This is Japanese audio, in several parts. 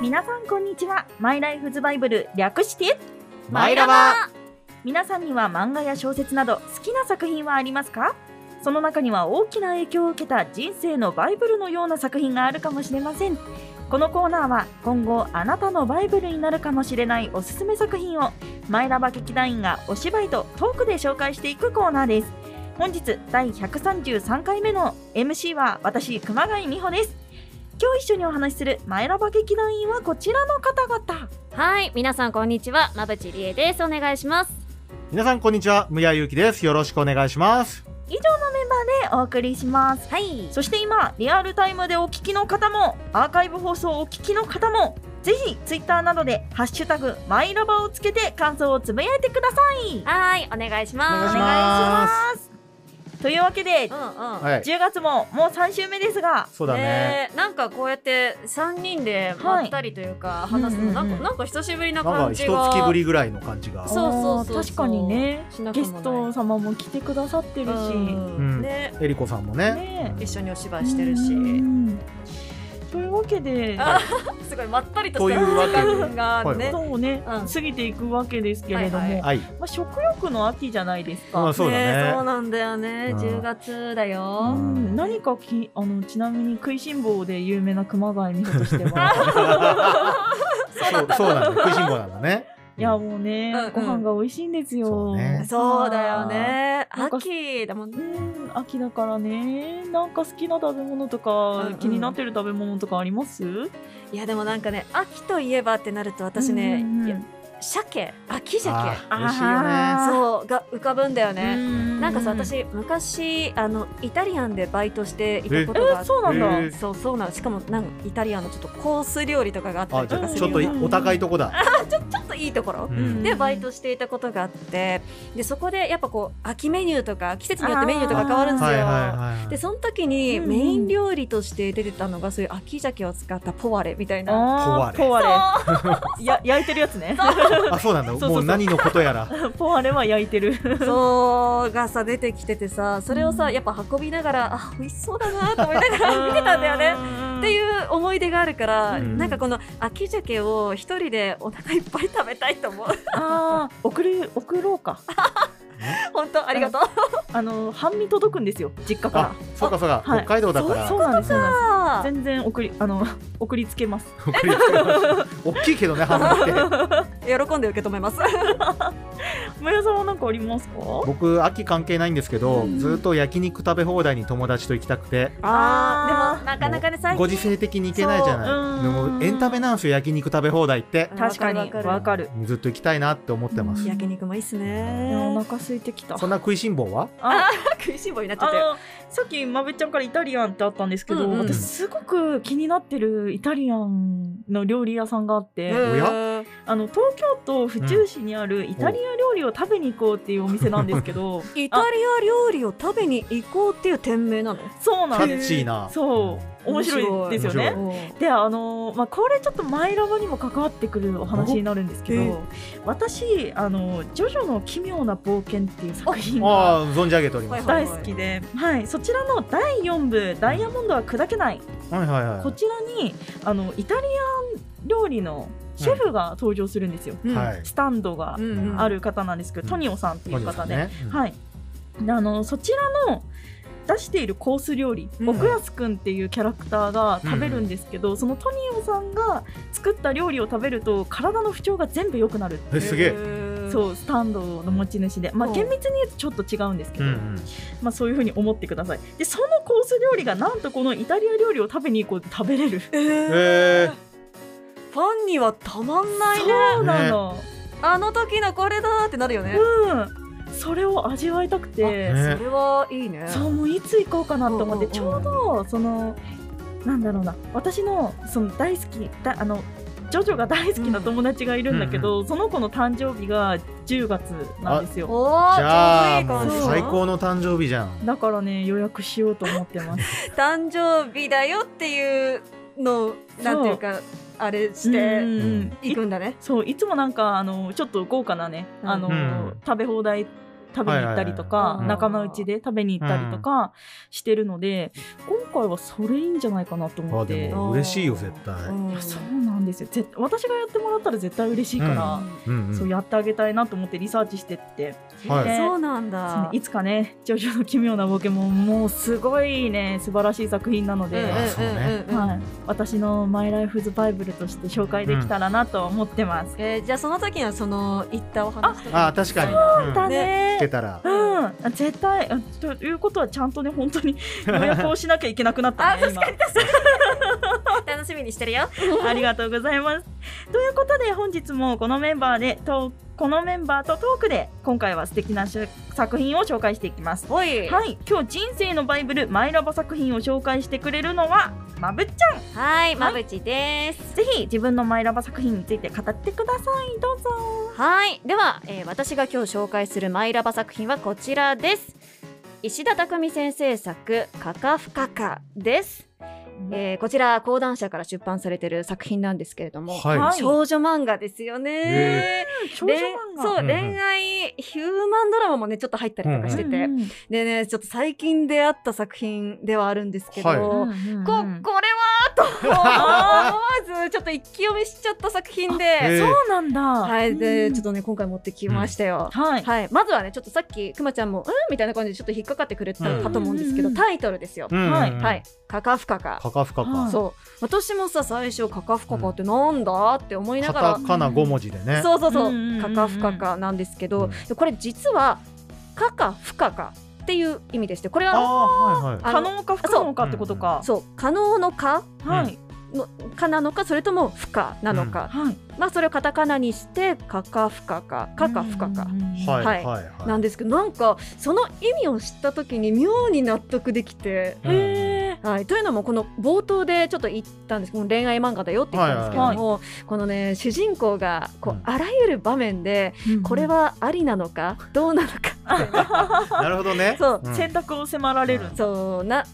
皆さんこんにちはマイライフズバイブル略してマイラバ皆さんには漫画や小説など好きな作品はありますかその中には大きな影響を受けた人生のバイブルのような作品があるかもしれませんこのコーナーは今後あなたのバイブルになるかもしれないおすすめ作品をマイラバ劇団員がお芝居とトークで紹介していくコーナーです本日第133回目の MC は私熊谷美穂です今日一緒にお話しするマイラバ劇団員はこちらの方々はい、皆さんこんにちは、まぶちりえです。お願いします。皆さんこんにちは、むやゆうきです。よろしくお願いします。以上のメンバーでお送りしますはい、そして今リアルタイムでお聞きの方もアーカイブ放送をお聞きの方もぜひツイッターなどで「ハッシュタグマイラバ」をつけて感想をつぶやいてくださいはい、お願いしまお願いす。しますというわけでうんうん。はい。 10月ももう3週目ですがそうだね。えなんかこうやって三人でまったりというか、い話すの、うんうんうんなんかなんか久しぶりななん感かじ一が月ぶりぐらいの感じが。そうそうそうそうあー確かにねしなくゲもないスト様も来てくださってるし、うんうんねえりこさんもねね。一緒にお芝居してるし、うんというわけであすごいまったりとしたというわ時けで間がね。はいそうね、うん過ぎていくわけですけれども、はいはいはい。まあ、食欲の秋じゃないですか、まあそうだねそうね。なんだよう。ねん10月だうよ。ん、何かきあのちなみに食いしん坊で有名な熊谷美穂として そうそうはなんだ。食いしん坊なんだね。いやもうね、うんうんご飯が美味しいんですよ。そうねそうだよね。なんか秋だもんねう。ん、秋だからね、なんか好きな食べ物とか、うんうん気になってる食べ物とかあります？いやでもなんかね秋といえばってなると私ね、いや鮭秋鮭あー美味しいよあね。そうが浮かぶんだよね、ななんかさ私昔あのイタリアンでバイトしていたことがあえってそうなんだ。えそうそうなのしかもなんかイタリアンのちょっとコース料理とかがあったあ、りじとゃかあすちょっるようなちょとお高いとこだ。っといいところう、うんん。でバイトしていたことがあってでそこでやっぱこう秋メニューとか季節によってメニューとか変わるんですよ、はいはいはいはいで。その時にメイン料理として出てたのがそういう秋鮭を使ったポワレみたいなあーポポワレ。や焼いてるやつね。あ、そうなんだ。そうそうそうもう何のことやら。 ポワレは焼いてる。そうがさ出てきててさそれをさやっぱ運びながらあ美味しそうだなと思いながら見てたんだよね。ねっていう思い出があるから、うんなんかこの秋鮭を一人でお腹いっぱい食べたいと思う ああ、送る送ろうか。本当ありがとうあの半身届くんですよ、実家あ、かそうかそうか。はい北海道だからそう。なんですそうなんであす。全然送りあの 送りつけます。送りつけました大きいけどね、ハムって。ー喜んで受け止めます村井さんはなんかありますか？僕秋関係ないんですけど、ずっと焼肉食べ放題に友達と行きたくて。あーあーでもなかなかね最近ご時世的に行けないじゃそううなんいでもエンタメなんですよ焼肉食べ放題ってうん確かにわかるわわかる。ずっと行きたいなって思ってますいや焼肉もいいっすいやおね腹空いてきた。そんな食いしん坊はあ食いしん坊になっちゃあってのさっきまべちゃんからイタリアンってあったんですけど、うんうん私すごく気になってるイタリアンの料理屋さんがあって、おやうんあの東京都府中市にあるイタリア料理を食べに行こうっていうお店なんですけど、イタリア料理を食べに行こうっていう店名なのそキうなャんでッす。チーなそう面白いですよ面ね白。であのーまあ、これちょっとマイラボにも関わってくるお話になるんですけおど私あの「ジョジョの奇妙な冒険」っていう作品がああ存じ上げておりますは大好きで、はい、そちらの第4部「ダイヤモンドは砕けない」はいはいはいこちらにあのイタリアン料理のシェフが登場するんですよ、うんはいスタンドがうんうんある方なんですけど、トニオさんっていう方で。ねはい、であのそちらの出しているコース料理、うん奥安くんっていうキャラクターが食べるんですけど、そのトニオさんが作った料理を食べると体の不調が全部良くなる、えすげええそうスタンドの持ち主で、まあ、うん厳密に言うとちょっと違うんですけうど、んうんまあ、そういうふうに思ってくださいでそのコース料理がなんとこのイタリア料理を食べに行こうって食べれるええーファンにはたまんないねそうなの、あの時のこれだーってなるよね、うんそれを味わいたくて、あねそれはいいねそうもういつ行こうかなと思って、うんうんうんちょうどそのなんだろうな私のその大好きだあのジョジョが大好きな友達がいるんだけど、その子の誕生日が10月なんですよおーじゃあちょもうどいい感うじそう最高の誕生日じゃんだからね予約しようと思ってます誕生日だよっていうのをなんていうかあれしてうんいくんだねそういつもなんかあのちょっと豪華なね、うんあのうん食べ放題食べに行ったりとか、はいはいはい仲間内で食べに行ったりとかしてるので、今回はそれいいんじゃないかなと思あって。でも嬉しいよ絶対うんいやそうなんですよぜ私がやってもらったら絶対嬉しいから、うんうんそうやってあげたいなと思ってリサーチしてって、はいねそうなんそうねだ。いつかね「ジョジョの奇妙な冒険」ももうすごいね素晴らしい作品なので、あそうねうんうんうんうんはい、私の「マイライフズバイブル」として紹介できたらなと思ってます。えーじゃあその時にはその行ったお話とか。あ確かにうんだ聞ねけたらうん、絶対うんということはちゃんとね本当に予約をしなきゃいけなくなっ たね今楽しみにしてるよ。 ありがとうございます。ということで本日もこのメンバーでとこのメンバーとトークで今回は素敵なしゅ作品を紹介していきます。おい。はい、今日人生のバイブルマイラボ作品を紹介してくれるのはまぶっちゃはい、まぶちです。ん。ぜひ自分のマイラボ作品について語ってください。どうぞ。はい、では、えー私が今日紹介するマイラバ作品はこちらです。石田匠先生作「カカフカカ」です、えーこちら講談社から出版されてる作品なんですけれども、ははい少女漫画ですよね、少女漫画。そう、うんうん恋愛ヒューマンドラマもねちょっと入ったりとかしてて、うんうんでねちょっと最近出会った作品ではあるんですけど、はいうんうんうんここれはと思わずちょっと一気読みしちゃった作品へで、 えそうなんだ。はうい、んでちょっとね今回持ってきましたよ。はい。はい、まずはねちょっとさっきくまちゃんも「うん?」みたいな感じでちょっと引っかかってくれたかと思うんですけど、うんうんうんタイトルですよ。うんはいはい、カカフカカ。カカフカはカいそう私もさ最初カカフカカってなんだって思いなカがタら、カナ5文字でねそうそうそう,、うんうんうんうんカカフカカなんですけど、これ実はカカフカカっていう意味でしてこれあはあはいはい可能か不可能かってことか。そう可能の可はい。の可なのかそれとも不可なのか、はい。まあそれをカタカナにしてカカフカカカカフカカ。うんうんうんはいははいいはいなんですけどなんかその意味を知った時に妙に納得できて、うんへはい、というのもこの冒頭でちょっと言ったんですけど恋愛漫画だよって言ったんですけども、はいはこのね主人公がこう、うんあらゆる場面でーこれはありなのかどうなのか なるほどねそううん選択を迫られる。そうなんっ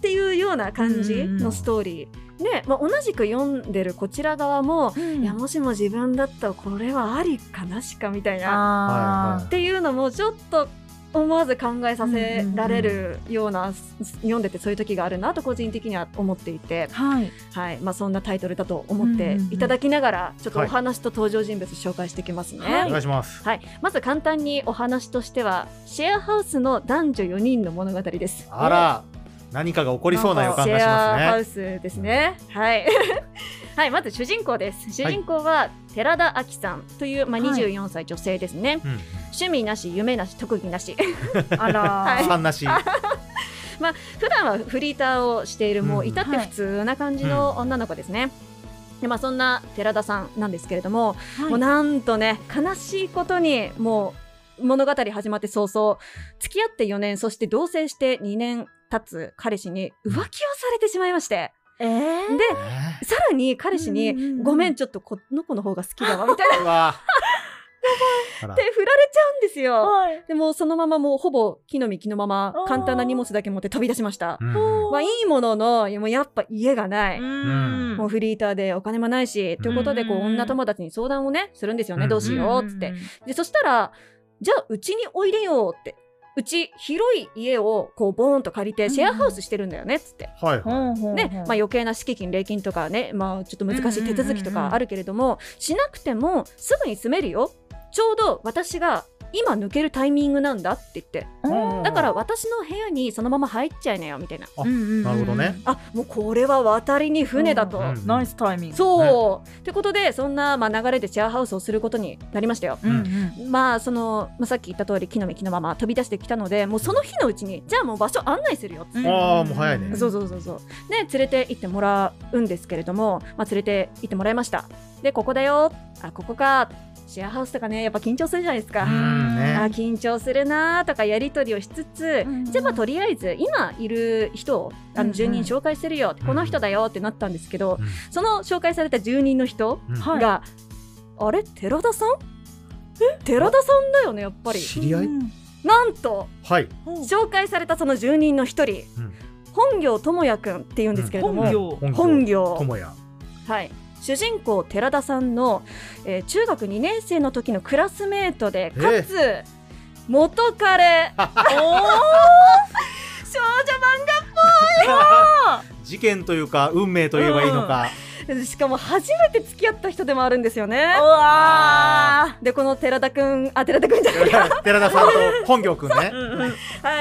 ていうような感じのストーリーで、まあ、同じく読んでるこちら側も、いやもしも自分だったらこれはありかなしかみたいなあはっていうのもちょっと思わず考えさせられるような、読んでてそういう時があるなと個人的には思っていてー、はい。はいまあ、そんなタイトルだと思っていただきながらちょっとお話と登場人物紹介していきますね。はお願いしますはい、まず簡単にお話としてはシェアハウスの男女4人の物語です。あら何かが起こりそうな予感がしシェアハますねウスですね。はい。 はい、まず主人公です。主人公は寺田亜希さんという、まあ、24歳女性ですね。うん趣味なし、夢なし、特技なし。 あらー。三なし普段はフリーターをしている、もううん至って普通な感じの女の子ですね。でまあ、そんな寺田さんなんですけれども、はいもうなんとね悲しいことにもう物語始まって早々付き合って4年そして同棲して2年経つ彼氏に浮気をされてしまいましてえーでさらに彼氏うんうんうに「んごめんちょっとこの子の方が好きだわ」みた いなっう わあらて振られちゃうんですよ。はい。でもうそのままもうほぼ木の実木のままあー簡単な荷物だけ持って飛び出しましたう。んまあ、いいもののいやもうやっぱ家がない、うんもうフリーターでお金もないし、ということでこううん女友達に相談をねするんですよね、うんどうしようっつって、。でそしたらじゃあうちにおいでよってうち広い家をこうボーンと借りてうんシェアハウスしてるんだよねっつって、はいはいほうほう。ねまあ、余計な敷金礼金とかね、まあ、ちょっと難しい手続きとかあるけれども、しなくてもすぐに住めるよちょうど私が今抜けるタイミングなんだって言ってうんだから私の部屋にそのまま入っちゃいなよみたいなあうんうんうんなるほどねあもうこれは渡りに船だと。うんうんナイスタイミング。そう、ってことでそんな、まあ、流れでシェアハウスをすることになりましたよ。うんうん。まあその、まあ、さっき言った通り木の実木のまま飛び出してきたのでもうその日のうちにじゃあもう場所案内するよっつって、あーもう早いねそうそうそうそうで連れて行ってもらうんですけれども、まあ、連れて行ってもらいましたでここだよあここかシェアハウスとかねやっぱ緊張するじゃないですか、ううんねあ緊張するなとかやり取りをしつつ、うんじゃあまあとりあえず今いる人をあうんうのん住人紹介するよ、この人だよってなったんですけど、うんその紹介された住人の人うんはいが、あれ寺田さんえ寺田さんだよねやっぱり知り合いうんなんとはいうん紹介されたその住人の一人、うん本行智也くんって言うんですけれども、本業。と本行もやはい主人公寺田さんの、えー中学2年生の時のクラスメートでえかつ、元カレおー少事件というか運命と言えばいいのか、女漫画しかも初めて付き合った人でもあるんですよねうわでこの寺田くんあ寺田くんじゃない 寺田さんと本行くんねー、うんうん、は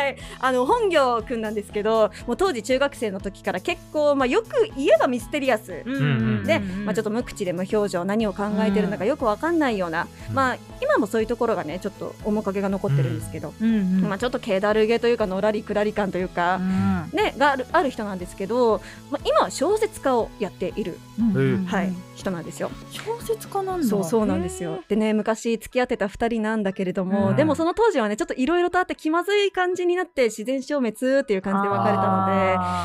いあの本行くんなんですけどもう当時中学生の時から結構まあよく言えばミステリアスんで、まあ、ちょっと無口で無表情何を考えてるのかよくわかんないような、まあ今もそういうところがねちょっと面影が残ってるんですけど、うんうんまあ、ちょっと気だるげというかのらりくらり感というか、ね、があるある人なんですけど、まあ、今は小説家をやっている、うんうんうんはい、人なんですよ。小説家なんだそうそうなんですよでね昔付き合ってた2人なんだけれども、うんでもその当時はねちょっといろいろとあって気まずい感じになって自然消滅っていう感じで別れたの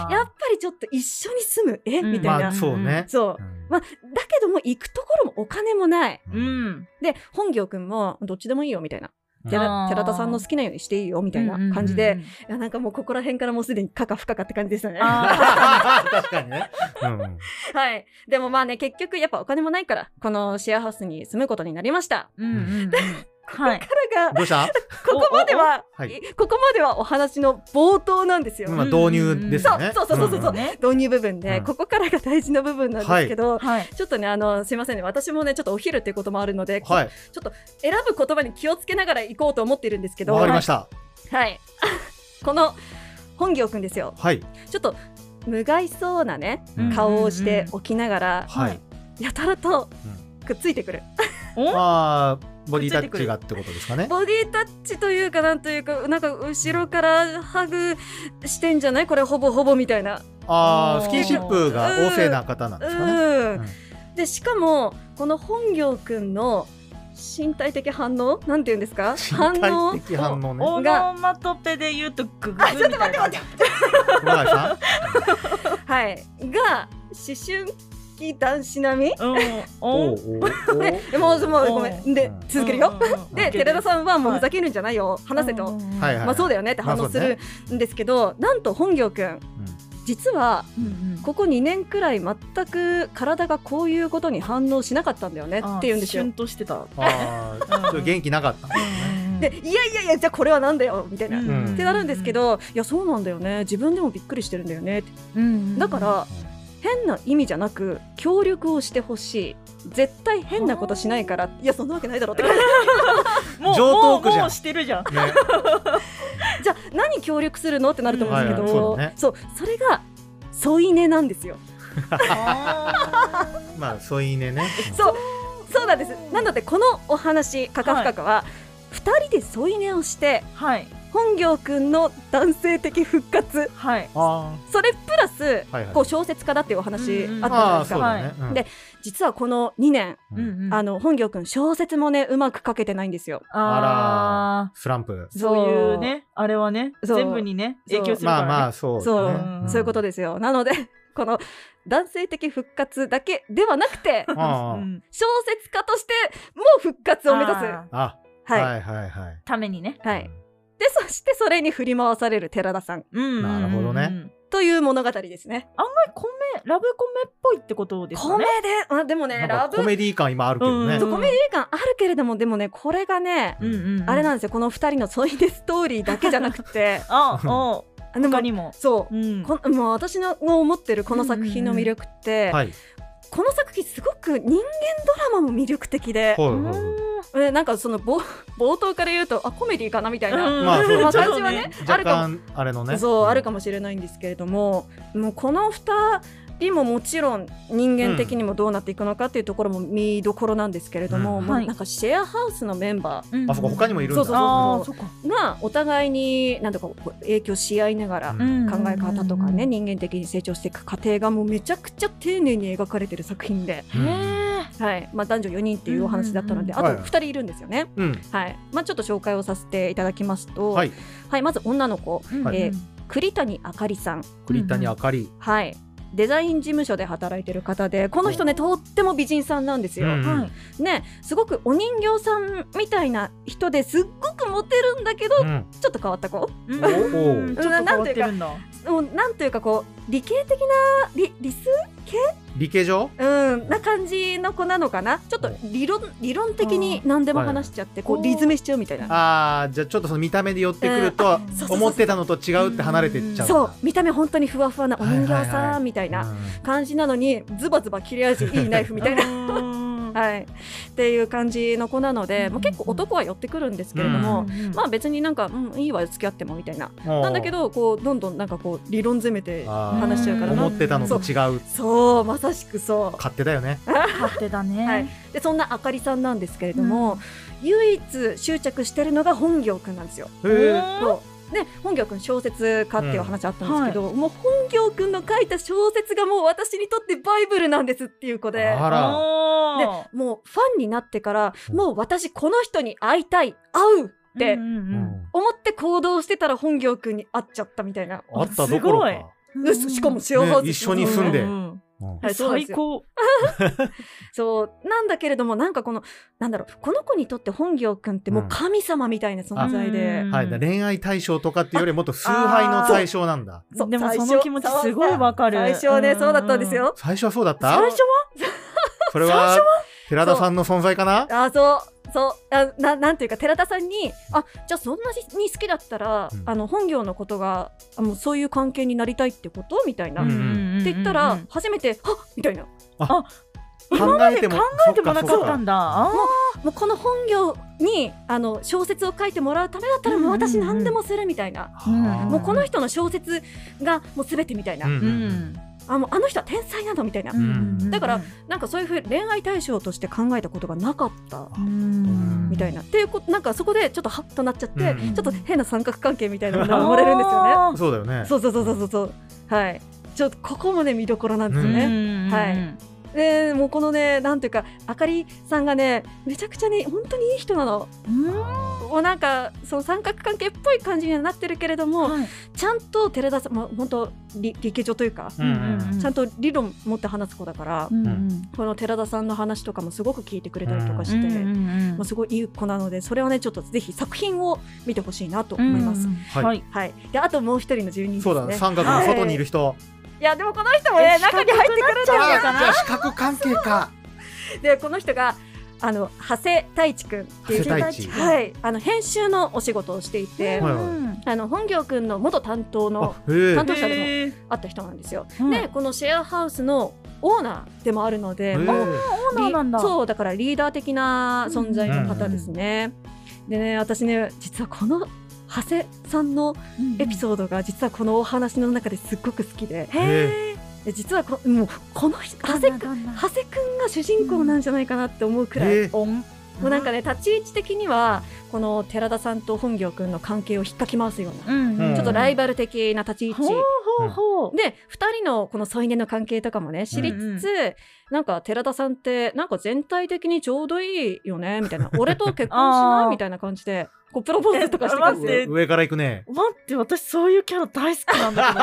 でやっぱりちょっと一緒に住むえうんみたいな、まあそうね、そううんまあだけども行くところもお金もないうんで本行くんもどっちでもいいよみたいなあ寺ー寺田さんの好きなようにしていいよみたいな感じで、いやなんかもうここら辺からもうすでにかか不可かって感じですよね。はあ確かにね、うん い。でもまあね、結局やっぱお金もないから、このシェアハウスに住むことになりま した。うんうんうんはいからが、どうした、 ここまでは、おおはいここまではお話の冒頭なんですよ。まあ、導入ですよねそうそうそうそうそううんね導入部分で、うんここからが大事な部分なんですけど、はいちょっとね、あの、すいませんね。私もね、ちょっとお昼っていうこともあるので、はい選ぶ言葉に気をつけながら行こうと思っているんですけど、わかりまはしたい。 この本行くんですよ。はいちょっと無害そうなね、うん顔をしておきながら、はい、やたらとうくっついてくる、おあーボディタッチがってことですかねボディタッチというかなんというかなんか後ろからハグしてんじゃないこれほぼほぼみたいなあおーあスキンシップが旺盛な方なんうですかねん、うんでしかもこの本行くんの身体的反応なんて言うんですか反身応体的反応ねオノマトペで言うとグググみたいなちょっと待って待って熊谷さんはいが思春期男子並みおうおおおうおうでもうもうごめんでうん続けるよ、で寺田んさんはもうふざけるんじゃないよ、話せと、はいはいまあそうだよねって反応するんですけど、なんと本行くん実はここ2年くらい全く体がこういうことに反応しなかったんだよねって言うんですよシュ。ンとしてたあーちょっと元気なかったでいやいやいやじゃあこれはなんだよみたいな。んってなるんですけど、いやそうなんだよね自分でもびっくりしてるんだよねってだから変な意味じゃなく協力をしてほしい絶対変なことしないからいやそんなわけないだろうって感じもう上等句じゃんもうもうして るじゃんね じゃあ何協力するのってなると思うんですけうんど、はいはいそうそれが添い寝なんですよまあ添い寝ねそう、そうなんです。なので、このお話、カカフカカは、二、人で添い寝をして、はい本行くんの男性的復活、はいあそれプラス、はいはいこう小説家だっていうお話うんうんあったじゃないあでーすそか。うだねうんで実はこの2年、うんあの本行くん小説もねうまく書けてないんですよ。あスランプーそういうねあれはねそう全部にね影響するまかあまらあそうそう、だねうんそういうことですよ。なので この男性的復活だけではなくてあねーうん小説家としても復活を目指す。あーあはい、はいはいはいためにねはい。でそしてそれに振り回される寺田さんうんなるほどねうんうんという物語ですね。これ米ラブコメっぽいってことですか米ねで、あでもねなんラかブコメディ感今あるけどねうんそうコメディ感あるけれどもでもねこれがね、うんうんうんあれなんですよこの二人の添い寝ストーリーだけじゃなくてあお でも他にもそう、うんこんもう私の思ってるこの作品の魅力って、はいこの作品すごく人間ドラマも魅力的で、ほいほいほいまえなんかその冒 冒頭から言うとあコメディかなみたいな、まあそうまあ若感じはねあ若るかも干あれのねそうあるかもしれないんですけれどももうこの2人ももちろん人間的にもどうなっていくのかっていうところも見どころなんですけれども、うんもうはいなんかシェアハウスのメンバあそこ他にもいるんだそうそうあそあうそっかーがお互いになんとかこう影響し合いながらう考んえ方とかね、人間的に成長していく過程がもうめちゃくちゃ丁寧に描かれてる作品で、うんへはいまあ、男女4人っていうお話だったので、ううんうんあと2人いるんですよね。うんはいまあ、ちょっと紹介をさせていただきますと、はいはいまず女の子えはいえー栗谷あかりさん栗谷あかりはい、デザイン事務所で働いてる方でこの人ねとっても美人さんなんですよ。うんはいねすごくお人形さんみたいな人ですっごくモテるんだけど、うんちょっと変わった子うんおうんおちょっと変わってるんだもうなんというかこう理系的な理理数理系上うんうんな感じの子なのかなちょっと理論理論的に何でも話しちゃってこはうい。理詰めしちゃうみたいなあーじゃあちょっとその見た目で寄ってくるとそうそうそう思ってたのと違うって離れてっちゃうそう見た目本当にふわふわなお人はい形はいはさいんみたいなう感じなのにズバズバ切れ味いいナイフみたいなな はい、っていう感じの子なので、まあ、結構男は寄ってくるんですけれども、まあ別になんか、うん、いいわよ付き合ってもみたいな、んなんだけどこうどんどんなんかこう理論詰めてあー話しちゃうから思なってたのと違うそうまさしくそう勝手だよね勝手だね。はいでそんなあかりさんなんですけれども、唯一執着してるのが本行くんなんですよ。へうんーそうで本行くん小説家っていう話あったんですけど、もう本行くんの書いた小説がもう私にとってバイブルなんですっていう子で。あらおでーもうファンになってからうんもう私この人に会いたい会うってうんうんううんん思って行動してたら本行くんに会っちゃったみたいな、あったどころすごいかうしかも塩ねほうず一緒に住んでうんうんはいそうなんで最すよ高。そうなんだけれどもなんかこのなんだろうこの子にとって本行くんってもう神様みたいな存在で、うんはい、だから恋愛対象とかっていうよりもっと崇拝の対象なんだ。そうでも最そ初の気持ちすごいわかる。最初はねそうだったんですよ。最初はそうだった最初はそれは寺田さんの存在かなあそうそうあななんていうか寺田さんにあじゃあそんなに好きだったら、うんあの本業のことがあもうそういう関係になりたいってことみたいな、うんって言ったら、うんうんうん初めて「はっ!」みたいな今まで考えてもなかったんだ。あもうこの本業にあの小説を書いてもらうためだったらもう私うんうんうん何でもするみたいな、うんもうこの人人の小説がもう全てみたいな、ーうんあもうあの人は天才なのみたいな、うんうんうんだからなんかそういうふうに恋愛対象として考えたことがなかった。うんみたいなっていうことなんかそこでちょっとハッとなっちゃって、うんちょっと変な三角関係みたいなのが 生まれるんですよね。そうだよね。そうそうそうそうそうそう。はい。ちょっとここもね見どころなんですよね。ね。はいでもうこのねなんていうかあかりさんがねめちゃくちゃね本当にいい人なの。うんあもうなんかその三角関係っぽい感じにはなってるけれども、はいちゃんと寺田さんもう本当理理系女というか、ーうんうんちゃんと理論持って話す子だから、うんうんこの寺田さんの話とかもすごく聞いてくれたりとかうして。んうんまあ、すごいいい子なのでそれはねちょっとぜひ作品を見てほしいなと思います。うんはいはい。はい、であともう一人の住人ですそねうだ、三角の外にいる人。いやでもこの人もねえ中に入ってくるんだあよーねじゃあ、視覚関係か。でこの人があの長谷太一くんっていう世帯地ははいあの編集のお仕事をしていて、はいあの本業くんの元担当のあ、へえ担。当者でもえあった人なんですよ。ーでこのシェアハウスのオーナーでもあるので、へもうーオーナーなんだリそうだからリーダー的な存在の方ですね。でね私ね実はこの長谷さんのエピーソードが実はこのお話の中ですっごく好きで、ドへえで実はこもうこの人長谷くん長谷くんが主人公なんじゃないかなって思うくらい、へーオンもうなんかね立ち位置的にはこの寺田さんと本行くんの関係を引っかき回すような、うんうんちちょっとライバル的な立ち位置ほうほうほうで2人のこの添い寝の関係とかもね知りつつ、なんか寺田さんってなんか全体的にちょうどいいよねみたいな俺と結婚しあなーいみたいな感じでこうプロポーズとかしてくるんですえよ待って上から行くね。待って私そういうキャラ大好きなんだけど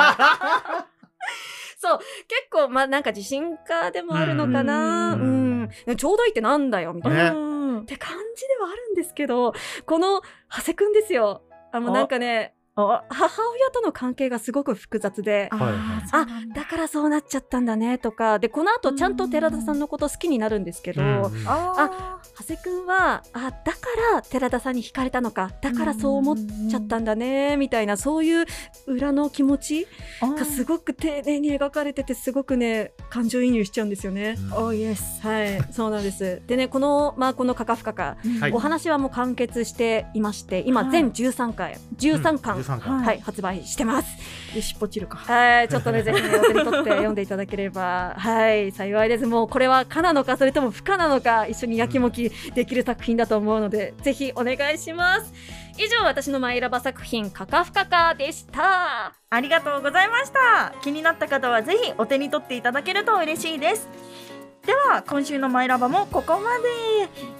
そう結構まあなんか自信家でもあるのかな、ううんんちょうどいいってなんだよみたいな。 ねうんって感じではあるんですけどこの長谷くんですよあのあなんかねあ母親との関係がすごく複雑ではいはいあそうなんだだからそうなっちゃったんだねとかでこの後ちゃんと寺田さんのこと好きになるんですけど、うんあ長谷くんはあだから寺田さんに惹かれたのかだからそう思っちゃったんだねみたいなそういう裏の気持ちーがすごく丁寧に描かれててすごくね感情移入しちゃうんですよね。おイエスはい、そうなんです。でね、この、まあ、このカカフカカ、はいお話はもう完結していまして、は今い全13回、13巻、うん13は巻。いはい、発売してます。よしぽちるかはい、ちょっとね、ぜひね、お手に取って読んでいただければ、はい、幸いです。もうこれは可なのか、それとも不可なのか、一緒にやきもきできる作品だと思うので、ぜひお願いします。以上、私のマイラバ作品、カカフカカでした。ありがとうございました気になった方はぜひお手に取っていただけると嬉しいですでは今週のマイラバもここまで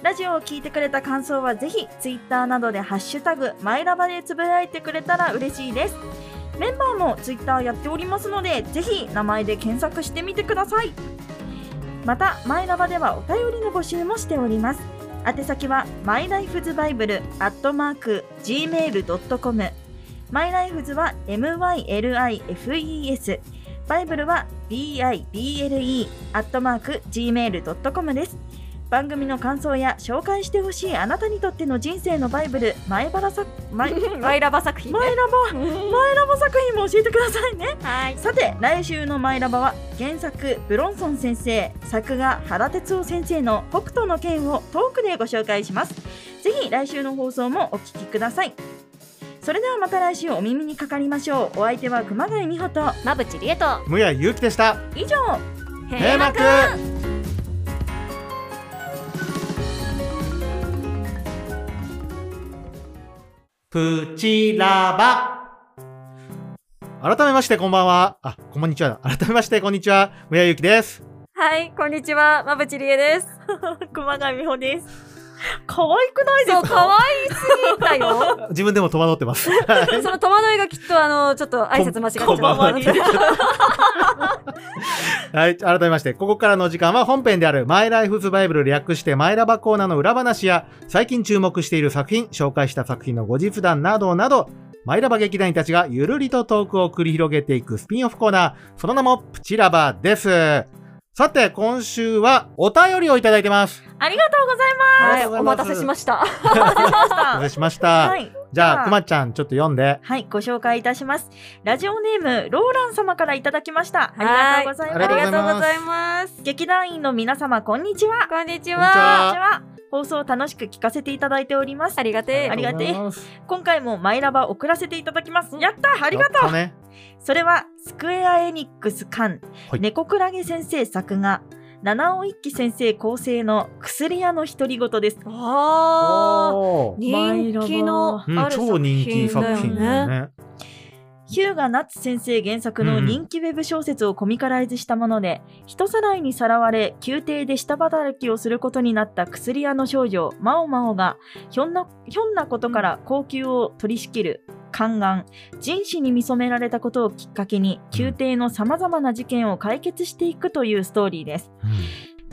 ラジオを聞いてくれた感想はぜひツイッターなどでハッシュタグマイラバでつぶやいてくれたら嬉しいですメンバーもツイッターやっておりますのでぜひ名前で検索してみてくださいまたマイラバではお便りの募集もしております宛先は mylifesbible.gmail.com マイライフズは MYLIFES バイブルは bible.gmail.com です番組の感想や紹介してほしいあなたにとっての人生のバイブル前原作前マイラバ作品ね前ラバ前ラバ作品も教えてくださいねはいさて来週の「マイラバ」は原作ブロンソン先生作画原哲夫先生の「北斗の拳」をトークでご紹介しますぜひ来週の放送もお聞きくださいそれではまた来週お耳にかかりましょうお相手は熊谷美穂とまぶちりえと無谷祐希でした以上閉幕プチラバ改めましてこんばんはあこんにちはだ改めましてこんにちは無谷祐希ですはいこんにちはまぶちりえです熊谷美穂です可愛くないで そうす可か愛いすぎたよ自分でも戸惑ってます その戸惑いがきっとあのちょっと挨拶間違っちゃったこんばんは可愛いはい、改めまして、ここからの時間は本編である、マイライフズバイブル略して、マイラバコーナーの裏話や、最近注目している作品、紹介した作品の後日談などなど、マイラバ劇団員たちがゆるりとトークを繰り広げていくスピンオフコーナー、その名もプチラバです。さて、今週はお便りをいただいてます。ありがとうございはいありがとうごおざいます待たせしましたましおた待たせしました。はいじゃあ、くまちゃん、ちょっと読んで。はい、ご紹介いたします。ラジオネーム、ローラン様からいただきました。ありがとうございはます。いありがとうございます劇団員の皆様、こんにちは。こんにちこんにちこんはにちは。放送を楽しく聞かせていただいておりますあ。りがてありがてえありがとうございます今回もマイラバ送らせていただきます。やったありがとうやったね。それは、スクエア・エニックス館、はい猫クラゲ先生作画、七尾一輝先生構成の薬屋の独り言です。えあーおー人気のうあん、る超作人品気作だよ品だよねね。ヒューガ・ナッツ先生原作の人気ウェブ小説をコミカライズしたもので、人さらいにさらわれ、宮廷で下働きをすることになった薬屋の少女、マオマオが、ひょんな、ひょんなことから高級を取り仕切る、宦官、人死に見初められたことをきっかけに、宮廷の様々な事件を解決していくというストーリーです。うん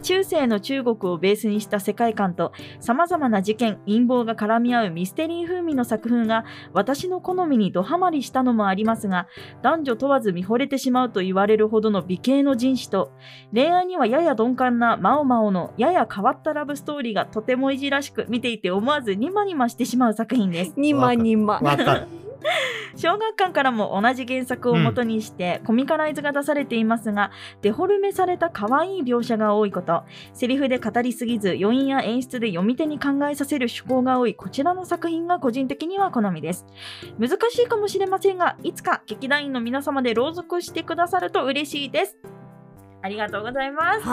中世の中国をベースにした世界観とさまざまな事件陰謀が絡み合うミステリー風味の作風が私の好みにドハマりしたのもありますが男女問わず見惚れてしまうと言われるほどの美形の人種と恋愛にはやや鈍感なマオマオのやや変わったラブストーリーがとてもいじらしく見ていて思わずニマニマしてしまう作品です。にまにまわかる。小学館からも同じ原作を元にしてコミカライズが出されていますが、デフォルメされた可愛い描写が多いことセリフで語りすぎず余韻や演出で読み手に考えさせる趣向が多いこちらの作品が個人的には好みです難しいかもしれませんがいつか劇団員の皆様で朗読してくださると嬉しいですありがとうございますは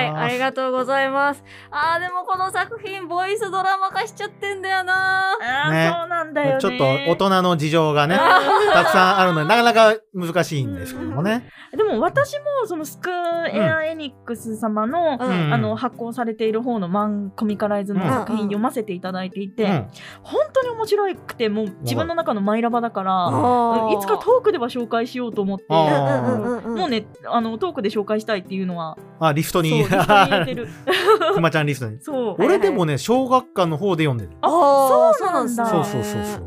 い、あありりがとうございます。あー、でもこの作品、ボイスドラマ化しちゃってんだよな。あー、ねそうなんだよねちょっと大人の事情がね、たくさんあるので、なかなか難しいんですけどもね。でも私もそのスクエア・エニックス様の、うんうんあの発行されている方の漫コミカライズの作う品ん読ませていただいていて、うん本当に面白くてもう自分の中のマイラバだから、あいつかトークでは紹介しようと思って、あうんうんうんうん。もうねあのトークで紹介したいっていうのはあ、リフトそうに、 リストに入れてるくまちゃんリフトに。そうはい俺でもね、小学館の方で読んでる。あー、そうなんだそうあそうそうそう。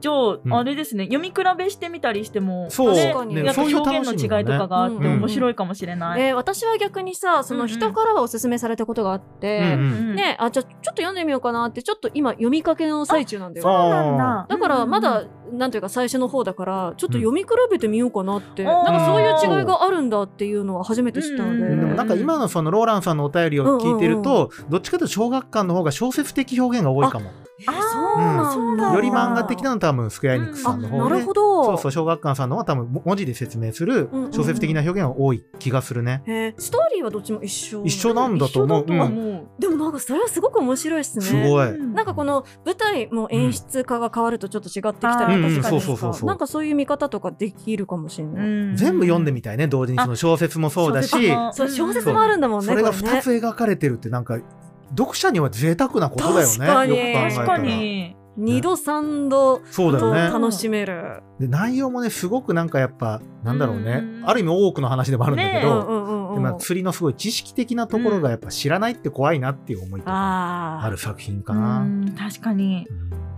じゃあ、んあれですね読み比べしてみたりしてもそうね確かになんかそういう楽しみ表現の違いとかがあってもね面白いかもしれない。えー私は逆にさ、その人からはおすすめされたことがあって、うんうんうんね、あ、じゃあちょっと読んでみようかなって、ちょっと今読みかけの最中なんだあよ。そうなんだだかうらまんうんだ、なんというか最初の方だから、ちょっと読み比べてみようかなって、うんなんかそういう違いがあるんだっていうのは初めて知ったので。うでんもなんか今のそのローランさんのお便りを聞いてると、どっちかというと小学館の方が小説的表現が多いかも。えーそうなんだ。うんより漫画的なの多分スクエアエニックスさあ、んのな方るでほ。ど。そうそう、小学館さんの方は多分文字で説明する小説的な表現が多い気がするね。へーストーリーはどっちも一緒一緒なんだと思う。一緒だと思うでもなんかそれはすごく面白いですねすごい。うんなんかこの舞台も演出家が変わるとちょっと違ってきたりうんあー確とかしかたうんそにうそうそうそうなんかそういう見方とかできるかもしれない、うん全部読んでみたいね同時にあその小説もそうだし小説もそう小説もあるんだもんねそれがこれ2ねつ描かれてるってなんか説読者には贅沢なことだよね確かによく考確えたからに二度三度そうだとよね楽しめる、で内容もねすごくなんかやっぱなんだろうねうんある意味多くの話でもあるんだけうそんど、うんうんうん今釣りのすごい知識的なところがやっぱ知らないって怖いなっていう思いとかあーある作品かな、うん確かにうん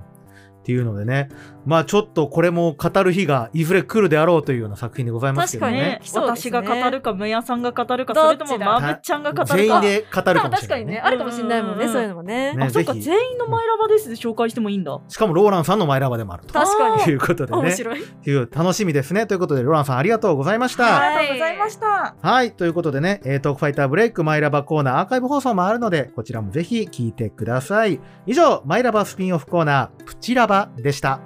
っていうのでねまあちょっとこれも語る日がいずれ来るであろうというような作品でございますけど確かにねね来そうです私ねが語るかムヤさんが語るかそどっちれだともまぶっちゃんが語るか全員で語るかもしれ 確なかい、にねね、あるかもしれないもんね、うんそういうのもね。ねあそっかぜひ全員のマイラバですで紹介してもいいんだしかもローランさんのマイラバでもあると確かに。いうことで面ね白い。いう楽しみですねということでローランさんありがとうございました、はいありがとうございましたはい。ということでね、えートークファイターブレイクマイラバコーナーアーカイブ放送もあるので、こちらもぜひ聞いてください。以上、マイラバスピンオフコーナー、プチラバでした。